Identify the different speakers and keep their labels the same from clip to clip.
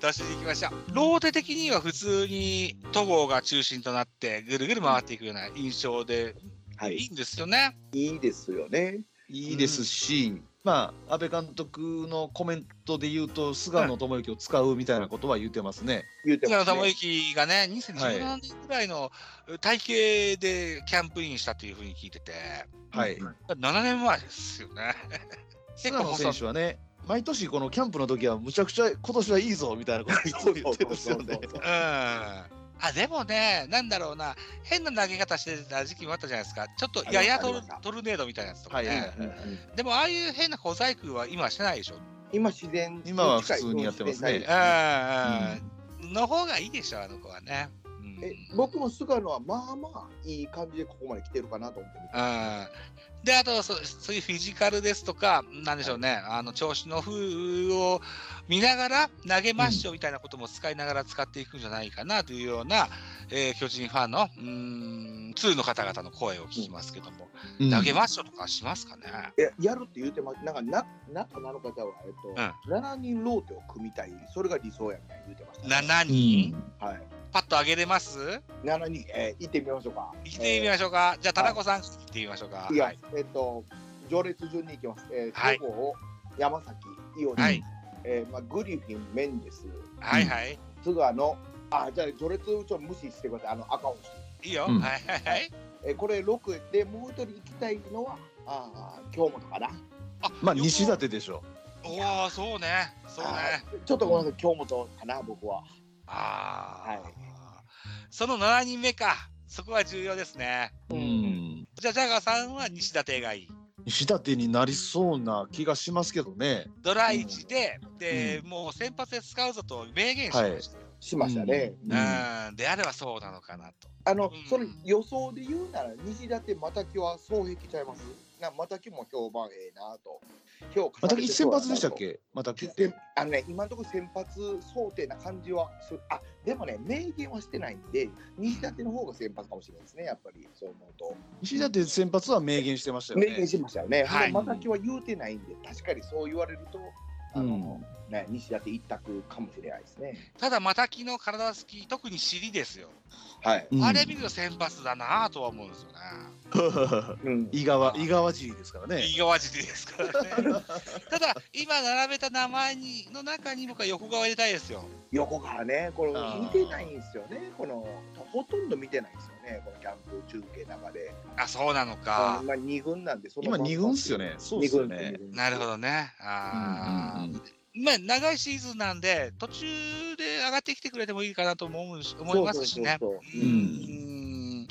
Speaker 1: 出していきましたローテ的には普通に戸郷が中心となってぐるぐる回っていくような印象で
Speaker 2: はいい
Speaker 1: いんですよね。
Speaker 2: いいですよね
Speaker 3: いいですし、まあ、安倍監督のコメントで言うと、菅野智之を使うみたいなことは言ってますね。
Speaker 2: 言うて
Speaker 1: 菅野
Speaker 2: ます
Speaker 1: 智
Speaker 2: ね
Speaker 1: 之がね2017年ぐらいの体型でキャンプインしたというふうに聞いてて
Speaker 3: はい。
Speaker 1: 7年前ですよね。結
Speaker 3: 菅
Speaker 1: 構
Speaker 3: 野
Speaker 1: 細
Speaker 3: 選手はね、毎年このキャンプの時は、むちゃくちゃ今年はいいぞみたいなこと
Speaker 2: そ
Speaker 3: を
Speaker 2: う
Speaker 3: 言ってますよ ね。
Speaker 1: うんあでもね、なんだろうな、変な投げ方してた時期もあったじゃないですか、ちょっとややトル
Speaker 2: ありました
Speaker 1: トルネードみたいなやつとか
Speaker 3: はい
Speaker 1: ね、
Speaker 3: はいはい
Speaker 2: うんうん
Speaker 1: でもああいう変な小細工は今してないでしょ、
Speaker 2: 今自然
Speaker 3: 今は普通にやってますね
Speaker 2: 自然体
Speaker 1: うん、の方がいいでしょ、あの子はね。うん
Speaker 2: え僕も菅野はまあまあいい感じでここまで来てるかなと思って見て
Speaker 1: うんであとそそういうフィジカルですとか、なんでしょうね、あの調子の風を見ながら投げましょうみたいなことも使いながら使っていくんじゃないかなというような、えー巨人ファンのうーん2の方々の声を聞きますけども、
Speaker 3: うん
Speaker 1: 投げましょうとかしますかね。
Speaker 2: えやるって言うてますなんかな中なの方は、えっと7人ローテを組みたいそれが理想やみたいに言うてました、ね、
Speaker 1: 7人、
Speaker 2: はい、
Speaker 1: パッと上げれます
Speaker 2: 7人、えー行ってみましょうか
Speaker 1: 行ってみましょうか。じゃあ、田中さん、行ってみましょうか。
Speaker 2: いや、
Speaker 1: はい
Speaker 2: えっと、序列順に行きます。えー、
Speaker 1: はい
Speaker 2: 戸郷、山崎、伊織、
Speaker 1: はい
Speaker 2: えーまあ、グリフィン、メンデス、
Speaker 1: はいはい。
Speaker 2: 菅野、あ、じゃあ序列ちょっと無視してください、あの赤星。
Speaker 1: いいよ。
Speaker 3: うん
Speaker 1: はいはいはい。
Speaker 2: えーこれ6で、もう一人行きたいのは、あー京本かな。
Speaker 3: まあ、西舘でしょ。
Speaker 1: おお、そうね。そうね。
Speaker 2: あーちょっとごめんなさい、京本かな、僕は。
Speaker 1: ああ、
Speaker 2: はい
Speaker 1: その7人目か、そこは重要ですね。
Speaker 2: う
Speaker 3: うんん。
Speaker 1: じゃあ、ジャガーさんは西舘がいい。
Speaker 3: 西舘になりそうな気がしますけどね。
Speaker 1: ドラ1で、で、もう先発で使うぞと明言しましたよ。
Speaker 2: しましたね。
Speaker 3: うん
Speaker 1: うん、であればそうなのかなと。
Speaker 2: あの、
Speaker 1: うん
Speaker 2: それ予想で言うなら、西舘、又木は双璧ちゃいますな又木も評判ええなと。評価
Speaker 3: ま
Speaker 2: さ
Speaker 3: た
Speaker 2: れてそ
Speaker 3: 先
Speaker 2: うやなと
Speaker 3: 発でしたっけまた
Speaker 2: でであのね、今のところ先発想定な感じはするあでもね、明言はしてないんで、西舘の方が先発かもしれないですね、やっぱりそう思うと。
Speaker 3: 西舘先発は明言してましたよ
Speaker 2: 明
Speaker 3: ね。
Speaker 2: 言してましたよね、
Speaker 1: はい
Speaker 2: またきは言うてないんで、確かにそう言われると、あのね、西舘一択かもしれないですね。
Speaker 1: ただ、またきの体つき、特に尻ですよ。
Speaker 2: はい、
Speaker 3: うん
Speaker 1: あれ見ると先発だなぁとは思うんですよね。
Speaker 2: うん
Speaker 3: 井川、井川爺ですからね。
Speaker 1: 右側尻ですからね。ただ、今並べた名前にの中に僕は横側入れたいですよ。
Speaker 2: 横からね、これ
Speaker 3: あー
Speaker 2: 見てないんですよね、このほとんど見てないんですよね、このキャンプ中継の中で。
Speaker 1: あ、そうなの
Speaker 2: あ
Speaker 1: か。
Speaker 2: まあ、2軍なんで、その
Speaker 3: 今二軍っすよね。そうですよね。
Speaker 1: なるほ
Speaker 2: ど。
Speaker 1: どね。あー
Speaker 3: うんうん
Speaker 1: まあ、長いシーズンなんで、途中で上がってきてくれてもいいかなとも思うし思いますしね。
Speaker 2: そうそうそうそう
Speaker 3: う
Speaker 1: う
Speaker 3: ん
Speaker 1: ん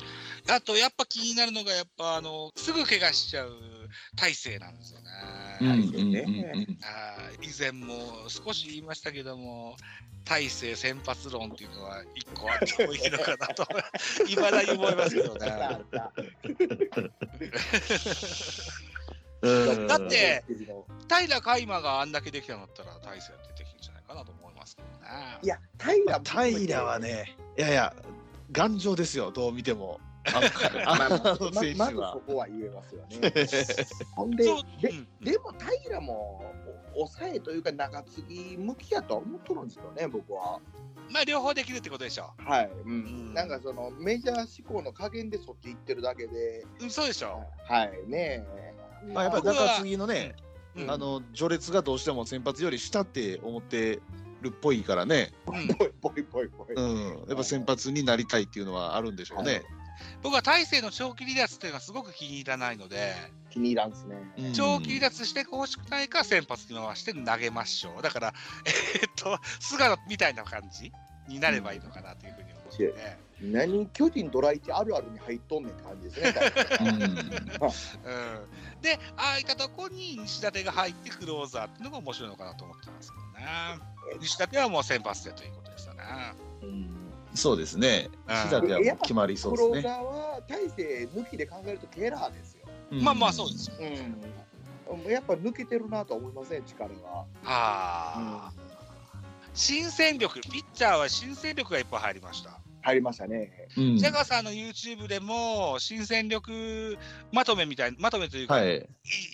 Speaker 1: あと、やっぱ気になるのが、やっぱあのすぐ怪我しちゃう体勢なんですよね。
Speaker 3: うんう
Speaker 2: う
Speaker 3: ん
Speaker 2: ん
Speaker 3: うん
Speaker 1: あー以前も少し言いましたけども、大勢先発論っていうのは一個あってもいいのかな と、いまだに思いますけどね。
Speaker 2: あったあった
Speaker 3: うん
Speaker 1: だって平海馬があんだけできたんだったら、大勢は出てきるんじゃないかなと思いますけどね。
Speaker 2: いや、平
Speaker 3: 平は、ね、いやいや、頑丈ですよ、どう見ても。あ
Speaker 2: まあまあまあ
Speaker 3: の
Speaker 2: ま
Speaker 3: 選手
Speaker 2: まず
Speaker 3: は
Speaker 2: そ。こは言えますよね。ほんで
Speaker 1: そう、
Speaker 2: で
Speaker 1: うん
Speaker 2: でも平も抑えというか中継ぎ向きやとは思っとるんですよね、僕は。
Speaker 1: まあ両方できるってことでしょ。
Speaker 2: はい、うん
Speaker 1: ん
Speaker 2: なんかそのメジャー志向の加減でそっち行ってるだけで、
Speaker 1: うん、そうでしょ。
Speaker 2: はいねえ。
Speaker 3: まあ、やっぱり
Speaker 1: 僕は
Speaker 3: 中継ぎのね、
Speaker 1: うん
Speaker 3: あの序列がどうしても先発より下って思ってるっぽいからね、
Speaker 1: うん
Speaker 2: ぽいぽいぽいぽい。
Speaker 3: うん、やっぱ先発になりたいっていうのはあるんでしょうね。
Speaker 1: 僕は大勢の長期離脱っていうのがすごく気に入らないので、
Speaker 2: 気に入らんですね。
Speaker 3: うん
Speaker 1: 長期離脱してほしくないから先発に回して投げましょう。だから、えーっと、菅野みたいな感じになればいいのかなというふうに思って、
Speaker 2: 何巨人ドライチあるあるに入っとんねんって感じですね。
Speaker 3: うん
Speaker 1: うん、で、ああいったとこに西舘が入ってクローザーっていうのが面白いのかなと思ってますけどね。西舘はもう先発でということですよね。
Speaker 3: そうですね。
Speaker 1: うん
Speaker 3: 西舘はもう決まりそう
Speaker 2: クロ
Speaker 3: です
Speaker 2: ーザ
Speaker 3: ね。
Speaker 2: ーは大勢抜きで考えるとケラーですよ。
Speaker 1: まあまあそうですよ。
Speaker 2: うん、やっぱ抜けてるなとは思いません、力が。
Speaker 1: ああ、新戦力、ピッチャーは新戦力がいっぱい入りました。
Speaker 2: 入りましたね。
Speaker 3: うん。
Speaker 1: ジャガーさんの YouTube でも、新戦力まとめみたいな、まとめというか、、
Speaker 3: はいい、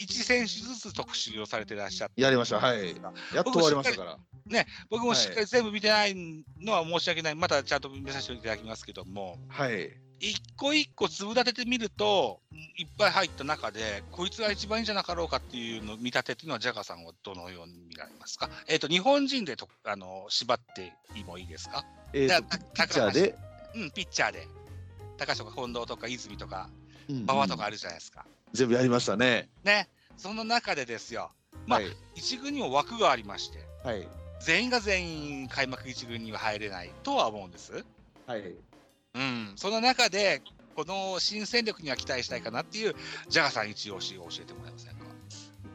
Speaker 1: 1選手ずつ特集をされてらっしゃって、
Speaker 3: やりました。はい。やっと終わりましたから。
Speaker 1: ね、僕もしっかり全部見てないのは申し訳ない、またちゃんと見させていただきますけども、
Speaker 3: はい。
Speaker 1: 一個一個粒立ててみると、うんいっぱい入った中で、こいつが一番いいんじゃなかろうかっていうの見立てっていうのは、ジャガさんはどのように見られますか、えっと日本人でとあの縛ってもいいですか、
Speaker 3: えーと
Speaker 1: だ
Speaker 3: ピッチャーで、
Speaker 1: うん、ピッチャーで、高橋とか近藤とか泉とか
Speaker 3: うん
Speaker 1: 馬場とかあるじゃないですか。
Speaker 3: 全部やりましたね。
Speaker 1: ね、その中でですよ、まあ
Speaker 3: はい
Speaker 1: 一軍にも枠がありまして、
Speaker 3: はい。
Speaker 1: 全員が全員開幕一軍には入れないとは思うんです。
Speaker 3: はい。
Speaker 1: うん、その中で、この新戦力には期待したいかなっていう、ジャガさん一押しを教えてもらえませんか。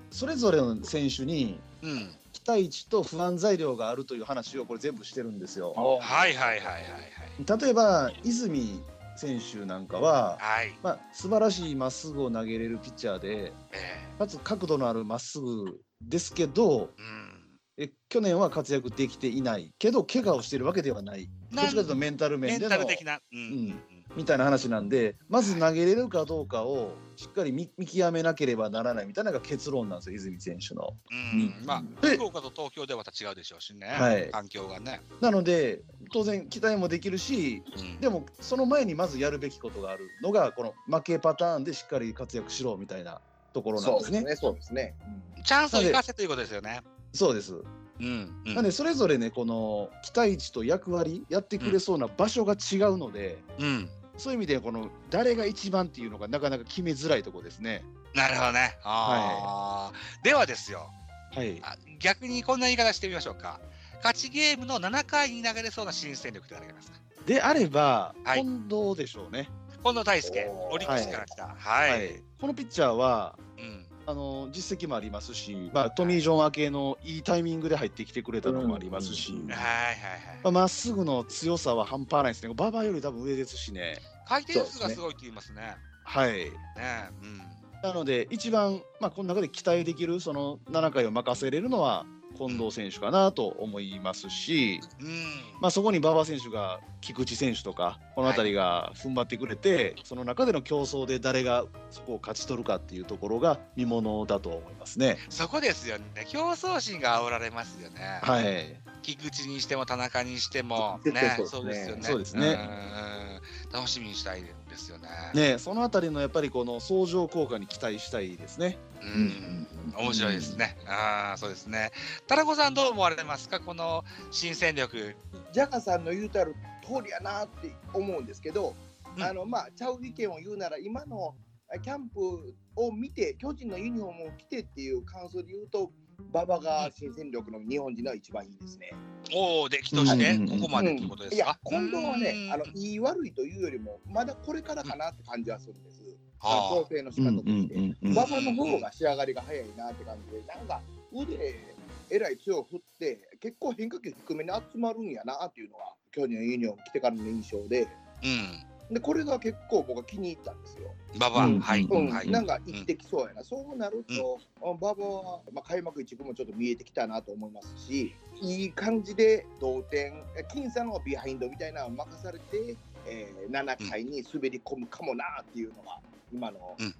Speaker 3: それぞれの選手に
Speaker 1: うん、
Speaker 3: 期待値と不安材料があるという話をこれ全部してるんですよ。
Speaker 1: はいはいはいはい
Speaker 3: 例えば泉選手なんかは、
Speaker 1: はい。はい、
Speaker 3: まあ、素晴らしいまっすぐを投げれるピッチャーで、
Speaker 1: え
Speaker 3: かつ角度のあるまっすぐですけど、
Speaker 1: えうん。
Speaker 3: え去年は活躍できていないけど怪我をしているわけではないどっちかというとメンタル
Speaker 1: メ
Speaker 3: 面
Speaker 1: ン
Speaker 3: で
Speaker 1: タ
Speaker 3: の
Speaker 1: ル的な、うんうん
Speaker 3: うんみたいな話なんでまず投げれるかどうかをしっかり見見極めなければならないみたいなのが結論なんですよ泉選手の。
Speaker 1: うん
Speaker 3: うん
Speaker 1: まあ、
Speaker 3: で
Speaker 1: 福岡と東京ではまた違うでしょうしね、
Speaker 3: はい
Speaker 1: 環境がね。
Speaker 3: なので当然期待もできるし
Speaker 1: うん
Speaker 3: でもその前にまずやるべきことがあるのがこの負けパターンでしっかり活躍しろみたいなところなん
Speaker 2: そ
Speaker 3: で
Speaker 2: うですす
Speaker 3: ね。
Speaker 2: ね、そうですね。
Speaker 1: チャンスを生かせということですよね。
Speaker 3: そうです
Speaker 1: うん、うん
Speaker 3: なんでそれぞれねこの期待値と役割やってくれそうな場所が違うので。
Speaker 1: うん、
Speaker 3: そういう意味でこの誰が一番っていうのがなかなか決めづらいとこですね。
Speaker 1: なるほどね。あーではですよ、
Speaker 3: はい。
Speaker 1: あ逆にこんな言い方してみましょうか。勝ちゲームの7回に流れそうな新戦力って誰がいますか
Speaker 3: であれば、
Speaker 1: はい
Speaker 3: 近藤でしょうね。
Speaker 1: 近藤大輔、
Speaker 2: おー
Speaker 1: オリックスから来た。はい。
Speaker 3: このピッチャーは
Speaker 1: うん
Speaker 3: あの実績もありますし、まあトミー・ジョン明けのいいタイミングで入ってきてくれたのもありますし、
Speaker 2: う
Speaker 1: は
Speaker 2: ん
Speaker 1: い
Speaker 3: ま
Speaker 1: はい
Speaker 3: あ
Speaker 1: はい。
Speaker 3: まっすぐの強さは半端ないですね。馬場より多分上ですしね。
Speaker 1: 回転数がすごいって言いますね。
Speaker 3: はい。
Speaker 1: ねえうん。
Speaker 3: なので一番まあこの中で期待できるその7回を任せれるのは近藤選手かなと思いますし。
Speaker 1: うん。
Speaker 3: まあ、そこに馬場選手が菊池選手とかこの辺りが踏ん張ってくれて、その中での競争で誰がそこを勝ち取るかっていうところが見ものだと思いますね。
Speaker 1: そこですよね。競争心が煽られますよね。
Speaker 3: はい、
Speaker 1: 菊池にしても田中にしても、
Speaker 2: 絶
Speaker 1: ね
Speaker 2: 対、
Speaker 1: そ
Speaker 2: そうう
Speaker 1: で
Speaker 2: ですす
Speaker 1: よ
Speaker 2: ね
Speaker 1: ね。
Speaker 3: そうですね
Speaker 1: うん楽しみにしたいですよね。
Speaker 3: ね、その辺りのやっぱりこの相乗効果に期待したいですね。
Speaker 1: うん。面白いですね。ああ、そうですね。タラコさんどう思われますかこの新戦力。
Speaker 2: ジャガさんの言うたる通りやなって思うんですけど、
Speaker 1: うん
Speaker 2: あのまあちゃう意見を言うなら今のあキャンプを見て巨人のユニフォームを着てっていう感想で言うと馬場が新戦力の日本人の一番いいですね。
Speaker 1: おお、できとし
Speaker 3: う
Speaker 1: て、
Speaker 3: ん
Speaker 1: ここまでってことです
Speaker 2: い
Speaker 1: か
Speaker 2: や、近藤はね
Speaker 1: う、ん
Speaker 2: あのいい悪いというよりもまだこれからかなって感じはするんです。
Speaker 1: あー
Speaker 2: 調整の仕方として。
Speaker 3: うん
Speaker 2: 馬場の方が仕上がりが早いなって感じで、なんか腕えらい強く振って、結構変化球低めに集まるんやなっていうのが、去年のユニオン来てからの印象で、
Speaker 1: う
Speaker 2: でこれが結構僕は気に入ったんですよ。
Speaker 1: ん、ババア、
Speaker 3: うん
Speaker 1: はい、
Speaker 2: うん
Speaker 1: はい、
Speaker 2: なんか生きてきそうやな、そうなると、馬場は、まあ、開幕一軍もちょっと見えてきたなと思いますし、いい感じで同点、え僅差のビハインドみたいなのを任されて、えー7回に滑り込むかもなっていうのが、今の、
Speaker 1: う
Speaker 2: うん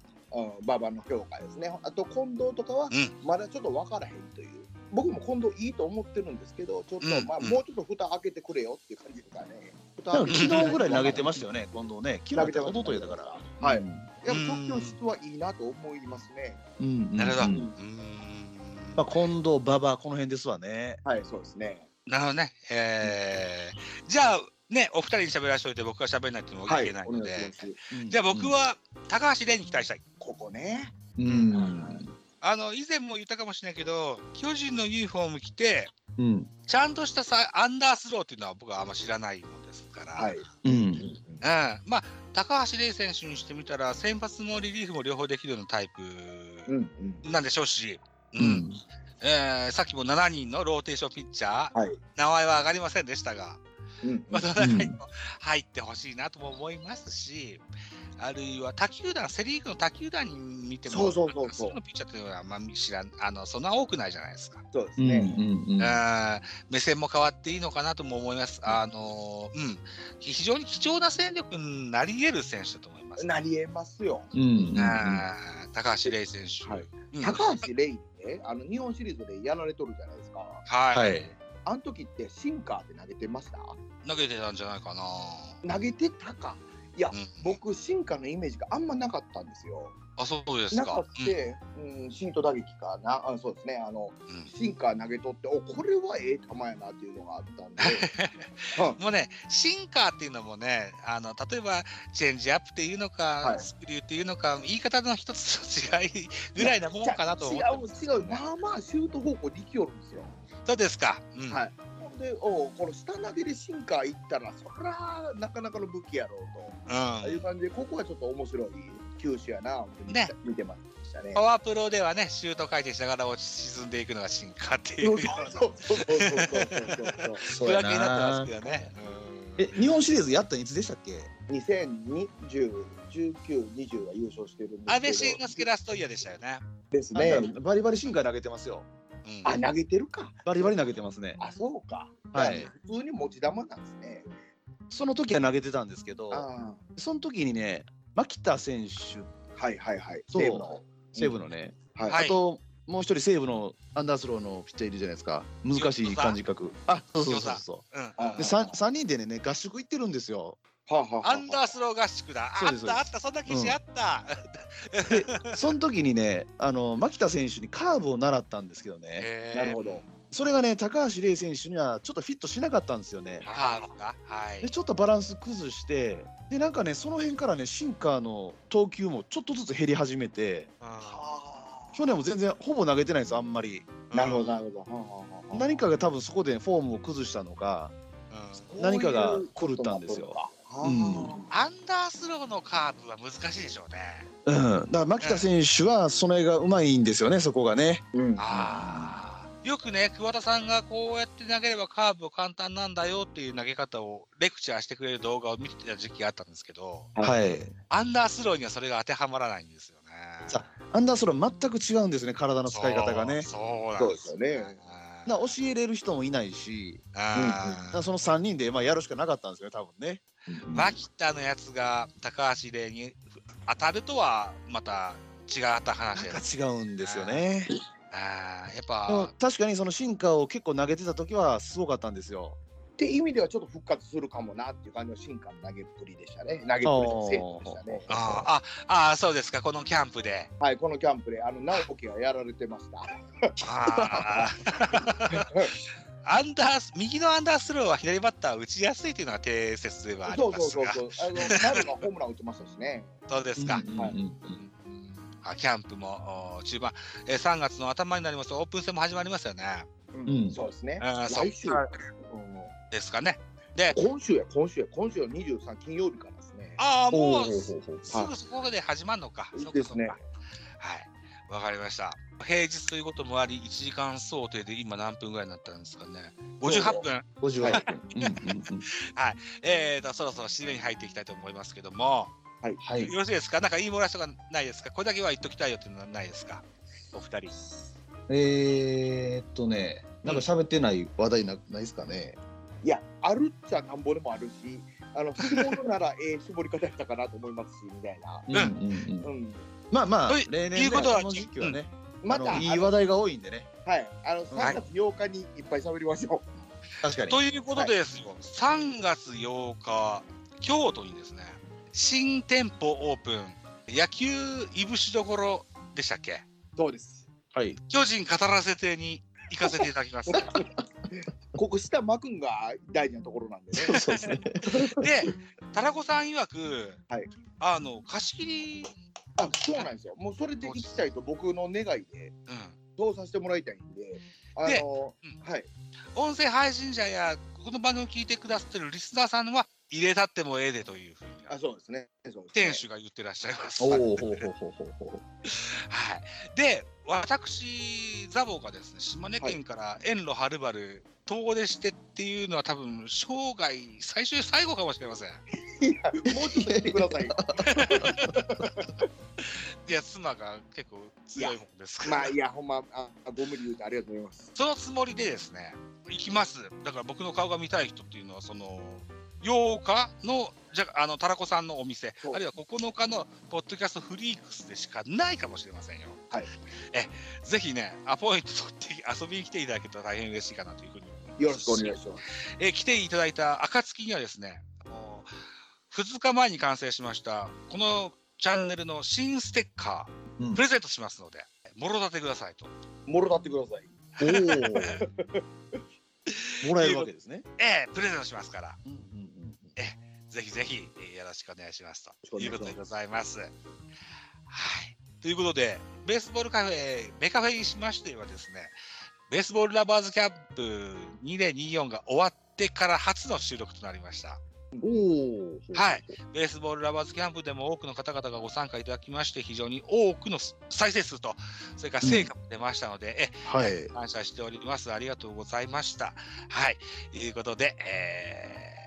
Speaker 2: 馬場の評価ですね。あと近藤とかは
Speaker 1: うん、
Speaker 2: まだちょっと分からへんという、僕も近藤いいと思ってるんですけど、ちょっと、
Speaker 1: うん
Speaker 2: まあ、
Speaker 1: うん
Speaker 2: もうちょっと蓋開けてくれよっていう感じですかね。
Speaker 3: 多分昨日ぐらい投げてました
Speaker 2: よ。
Speaker 3: よね、近藤ね。
Speaker 2: 投げ
Speaker 3: 昨日って
Speaker 2: て
Speaker 3: お
Speaker 2: ました
Speaker 3: とといだから。
Speaker 2: はい
Speaker 3: うん
Speaker 2: やっぱ特許質はいいなと思いますね。
Speaker 3: うん
Speaker 1: なるほど。う
Speaker 3: うんんまあ、近藤、馬場、この辺ですわね。
Speaker 2: はい、そうですね。
Speaker 1: なるほどね。えー、じゃあ、ね、お二人に喋らせておいて、僕が喋らないっていうのもいけないので、
Speaker 2: お願いします
Speaker 1: じゃあ僕、は高橋蓮に期待したい。
Speaker 2: ここね。
Speaker 3: うん
Speaker 1: あの、以前も言ったかもしれないけど、巨人のユニフォーム着て、
Speaker 3: うん
Speaker 1: ちゃんとしたさアンダースローっていうのは僕はあんま知らないのですから、
Speaker 2: はい。
Speaker 3: うん
Speaker 1: うんまあ、高橋蓮選手にしてみたら、先発もリリーフも両方できるようなタイ
Speaker 2: う
Speaker 1: プ
Speaker 2: んうん。
Speaker 1: なんでしょうし、う
Speaker 3: うんん
Speaker 1: えーさっきも7人のローテーションピッチャー、
Speaker 2: はい。
Speaker 1: 名前は上がりませんでしたが、
Speaker 2: うん
Speaker 1: まあ、その中にも入ってほしいなとも思いますし、あるいは他球団、セ・リーグの他球団に見ても、
Speaker 2: そうそうそうそう
Speaker 1: のピッチャーというのはあんまり知らんあの、そんな多くないじゃないですか。
Speaker 2: そうです
Speaker 3: うん
Speaker 2: ね。
Speaker 3: うん
Speaker 1: うん目線も変わっていいのかなとも思います。あのうん、非常に貴重な戦力になり得る選手だと思います。
Speaker 2: なり得ますよ。
Speaker 3: うんうん
Speaker 1: うん高橋玲選手。
Speaker 2: はい
Speaker 1: うん
Speaker 2: 高橋レイね、あの日本シリーズでやられとるじゃないですか。
Speaker 1: はい
Speaker 3: はい。
Speaker 2: あの時ってシンカーって投げてました
Speaker 1: 投げてたんじゃないかな。
Speaker 2: 投げてたかいや、
Speaker 1: うん
Speaker 2: 僕シンカーのイメージがあんまなかったんですよ。
Speaker 1: あ、そうです
Speaker 2: な
Speaker 1: か。
Speaker 2: かって、うんシント打撃かなあそうですねあの
Speaker 1: うんうん
Speaker 2: シンカー投げとっておこれはええ球やなっていうのがあったん で、うん
Speaker 1: もうね、シンカーっていうのもね、あの例えばチェンジアップっていうのか、
Speaker 2: はい
Speaker 1: スクリューっていうのか、言い方の一つの違いぐらいなもんかなと思っ
Speaker 2: 違
Speaker 1: てます
Speaker 2: う違うまあまあシュート方向力おるんですよ。
Speaker 1: そうですか。うん
Speaker 2: はいほんでおこの下投げでシンカーいったらそりゃなかなかの武器やろうと、ああ
Speaker 1: う
Speaker 2: い
Speaker 1: ん
Speaker 2: う感じでここはちょっと面白い球種やなって見て,、
Speaker 1: ね
Speaker 2: 見てましたね
Speaker 1: パ。ワープロではね、シュート回転しながら落ち沈んでいくのが進化っていう
Speaker 2: そ
Speaker 1: よ
Speaker 2: う
Speaker 1: うな
Speaker 2: そうそうそうそうそうそう
Speaker 3: そ
Speaker 1: 区
Speaker 3: うや
Speaker 1: 分けにな
Speaker 3: な
Speaker 1: ってますけどね。うん
Speaker 3: え日本シリーズやったのいつでしたっけ
Speaker 2: 2020、19、20は優勝してるんですけど。
Speaker 1: 安倍晋之助ラストイヤーでしたよね。
Speaker 2: ですね
Speaker 3: ね。バリバリ進化投げてますよ
Speaker 1: うん
Speaker 2: あ、投げてるか。
Speaker 3: バリバリ投げてますね
Speaker 2: あ、そうか。
Speaker 3: はい
Speaker 2: 普通に持ち球なんですね。
Speaker 3: その時は投げてたんですけど
Speaker 2: あ
Speaker 3: その時にね牧田選手
Speaker 2: ーはいはいはい。
Speaker 3: そう
Speaker 2: 西武の。
Speaker 3: 西武のね、
Speaker 2: はい。
Speaker 1: はい
Speaker 3: あともう一人西武のアンダースローのピッチャーいるじゃないですか難しい感じ角あそうそうそうそう
Speaker 1: うん
Speaker 2: あ
Speaker 3: で 3, 三人でねね合宿行ってるんですよ
Speaker 2: はあはあはあ
Speaker 1: アンダースロー合宿だ。あ
Speaker 3: そう
Speaker 1: あ
Speaker 3: で
Speaker 1: っ
Speaker 3: すそう
Speaker 1: た
Speaker 3: です
Speaker 1: あった、そんな記事あった。
Speaker 3: その時 にねあの牧田選手にカーブを習ったんですけどね
Speaker 1: えー
Speaker 2: なるほど。
Speaker 3: それがね高橋玲選手にはちょっとフィットしなかったんですよね
Speaker 1: カーブか。はい
Speaker 3: で。ちょっとバランス崩してでなんかねその辺からねシンカーの投球もちょっとずつ減り始めて
Speaker 1: う
Speaker 2: は
Speaker 3: 去年も全然ほぼ投げてないんですよあんまり
Speaker 1: ん
Speaker 2: あ。なるほど、なるほどはあはあはあはあ。
Speaker 3: 何かが多分そこでフォームを崩したのか
Speaker 1: うん
Speaker 2: こういう
Speaker 3: 何かが狂ったんですよ
Speaker 2: ことになってるか。
Speaker 1: アンダースローのカーブは難しいでしょうね。
Speaker 3: うんだから牧田選手はその辺がうまいんですよねそこがね
Speaker 2: うん。うん
Speaker 1: ああ。よくね、桑田さんがこうやって投げればカーブは簡単なんだよっていう投げ方をレクチャーしてくれる動画を見てた時期があったんですけど、
Speaker 3: はい
Speaker 1: アンダースローにはそれが当てはまらないんですよね。
Speaker 3: さアンダースロー全く違うんですね体の使い方がね
Speaker 1: そうそうなんです
Speaker 2: そうですよね。
Speaker 1: うん
Speaker 3: だから教えれる人もいないし
Speaker 1: あ
Speaker 3: だ
Speaker 1: ー
Speaker 3: からその3人でまあやるしかなかったんですよね多分ね
Speaker 1: 牧田のやつが高橋礼に当たるとはまた違った話
Speaker 3: なん
Speaker 1: で
Speaker 3: か
Speaker 1: す。
Speaker 3: 違うんですよね
Speaker 1: あーやっ
Speaker 3: でも
Speaker 1: ぱ
Speaker 3: 確かにその進化を結構投げてた時はすごかったんですよ
Speaker 2: って意味ではちょっと復活するかもなっていう感じの進化の投げっぷりでしたね。投げっぷりのセーフでしたね。
Speaker 1: あーああーそうですかこのキャンプで。
Speaker 2: はい、このキャンプで、あの、直樹がやられてました。
Speaker 1: あ ーアンダー右のアンダースローは左バッターは打ちやすいというのが定説ではあり
Speaker 2: そう
Speaker 1: ます
Speaker 2: そ
Speaker 1: が
Speaker 2: うそうそう。あの、丸がホームラン打ちましたしね。
Speaker 1: そうですか。
Speaker 3: うんうんうん
Speaker 1: あキャンプもお中盤、えー、3月の頭になりますとオープン戦も始まりますよね。
Speaker 3: うん
Speaker 2: そうですね。
Speaker 1: あーそっ
Speaker 2: 来週、
Speaker 1: か
Speaker 2: うん
Speaker 1: ですかね。で
Speaker 2: 今週や、今週や、今週の23金曜日からですね。
Speaker 1: ああもう
Speaker 2: ほうほうほう
Speaker 1: すぐそこで始まるのか。
Speaker 2: い
Speaker 1: そっか
Speaker 2: ですね
Speaker 1: そっかはい。わかりました。平日ということもあり、1時間想定で今何分ぐらいになったんですかね。58分。
Speaker 3: 58
Speaker 2: はい
Speaker 3: うんうんうん
Speaker 1: えーと、そろそろ締めに入っていきたいと思いますけども、
Speaker 2: はい。
Speaker 3: は
Speaker 1: よ
Speaker 3: い
Speaker 1: ろしいですかなんか言い漏らしとかないですかこれだけは言っときたいよっていうのはないですかお二人。
Speaker 3: えー、っとねなんか喋ってない話題なないですかね
Speaker 2: いや、あるっちゃなんぼでもあるし、あの、絞るなら、ええ絞り方やったかなと思いますし、 みたいな。
Speaker 3: うんうんう
Speaker 2: うんん。
Speaker 3: まあまあ
Speaker 1: とい
Speaker 3: 例年
Speaker 1: いうことは
Speaker 3: この時期はね
Speaker 2: また、
Speaker 3: あのい
Speaker 2: あ
Speaker 3: い
Speaker 2: の
Speaker 3: 話題が多いんでね
Speaker 2: はい。あの、3月8日にいっぱい喋りましょ
Speaker 3: 確かに
Speaker 1: ということでですよ、3月8日、京都にですね、新店舗オープン、野球いぶしどころでしたっけ
Speaker 2: う。そうです。
Speaker 3: はい
Speaker 1: 巨人語らせてに行かせていただき ます。
Speaker 2: ここ、下巻くんが大事なところなんでね。
Speaker 3: そうです ね
Speaker 1: で、タラコさん曰く、
Speaker 2: はい
Speaker 1: あの貸し切り、
Speaker 2: あそうなんですよ。もうそれで行きたいと僕の願いで、
Speaker 1: うん、
Speaker 2: そうさせてもらいたいんで、あの、
Speaker 1: う
Speaker 2: はい。
Speaker 1: 音声配信者やこの番組を聞いてくださってるリスナーさんは入れたってもええでというふうに
Speaker 2: あ、そうですね。そうですね
Speaker 1: 店主が言ってらっしゃいます。
Speaker 3: お
Speaker 1: はい、
Speaker 3: おほうほうほうほうほ
Speaker 1: で私ザボがですね島根県から遠路はるばる遠出してっていうのは多分生涯最終最後かもしれません。
Speaker 2: もうちょっと来てください。
Speaker 1: いや妻が結構強いもんですから
Speaker 2: まあ、いや、ほんま、あご無理言うてありがとうございます。
Speaker 1: そのつもりでですね、行きます。だから僕の顔が見たい人っていうのは、その、8日の、じゃあ、あの、タラコさんのお店
Speaker 2: そ、う
Speaker 1: あるいは9日の、ポッドキャストフリークスでしかないかもしれませんよ。
Speaker 2: はい。
Speaker 1: え、ぜひね、アポイント取って遊びに来ていただけたら大変嬉しいかなというふうに思い
Speaker 2: よろしくお願いします。
Speaker 1: えー来ていただいた暁にはですね、もう2日前に完成しました、このチャンネルの新ステッカ
Speaker 3: うん
Speaker 1: ー、プレゼントしますので、もろ立てくださいと。
Speaker 2: もろ立ってください。
Speaker 3: おお。 もらえるわけですね。
Speaker 1: ええプレゼントしますから、
Speaker 3: うんうん
Speaker 1: ぜひぜひ、えーよろしくお願いしますと
Speaker 2: よろ
Speaker 1: い
Speaker 2: し
Speaker 1: う
Speaker 2: く
Speaker 1: こと
Speaker 2: お願い
Speaker 1: で
Speaker 2: し
Speaker 1: ございます。はい。ということで、ベースボールカフェ、ベカフェにしましてはですね、ベースボールラバーズキャンプ2024が終わってから初の収録となりました。
Speaker 3: うんおお。
Speaker 1: はい。ベースボールラバーズキャンプでも多くの方々がご参加いただきまして、非常に多くの再生数と、それから成果も出ましたので、え
Speaker 3: はい。
Speaker 1: 感謝しております。ありがとうございました。はい。ということで、えー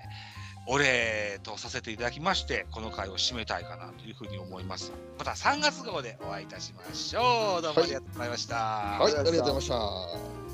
Speaker 1: お礼とさせていただきまして、この回を締めたいかなというふうに思います。また3月号でお会いいたしましょう。どうもありがとうございました。
Speaker 4: はい、ありがとうございました。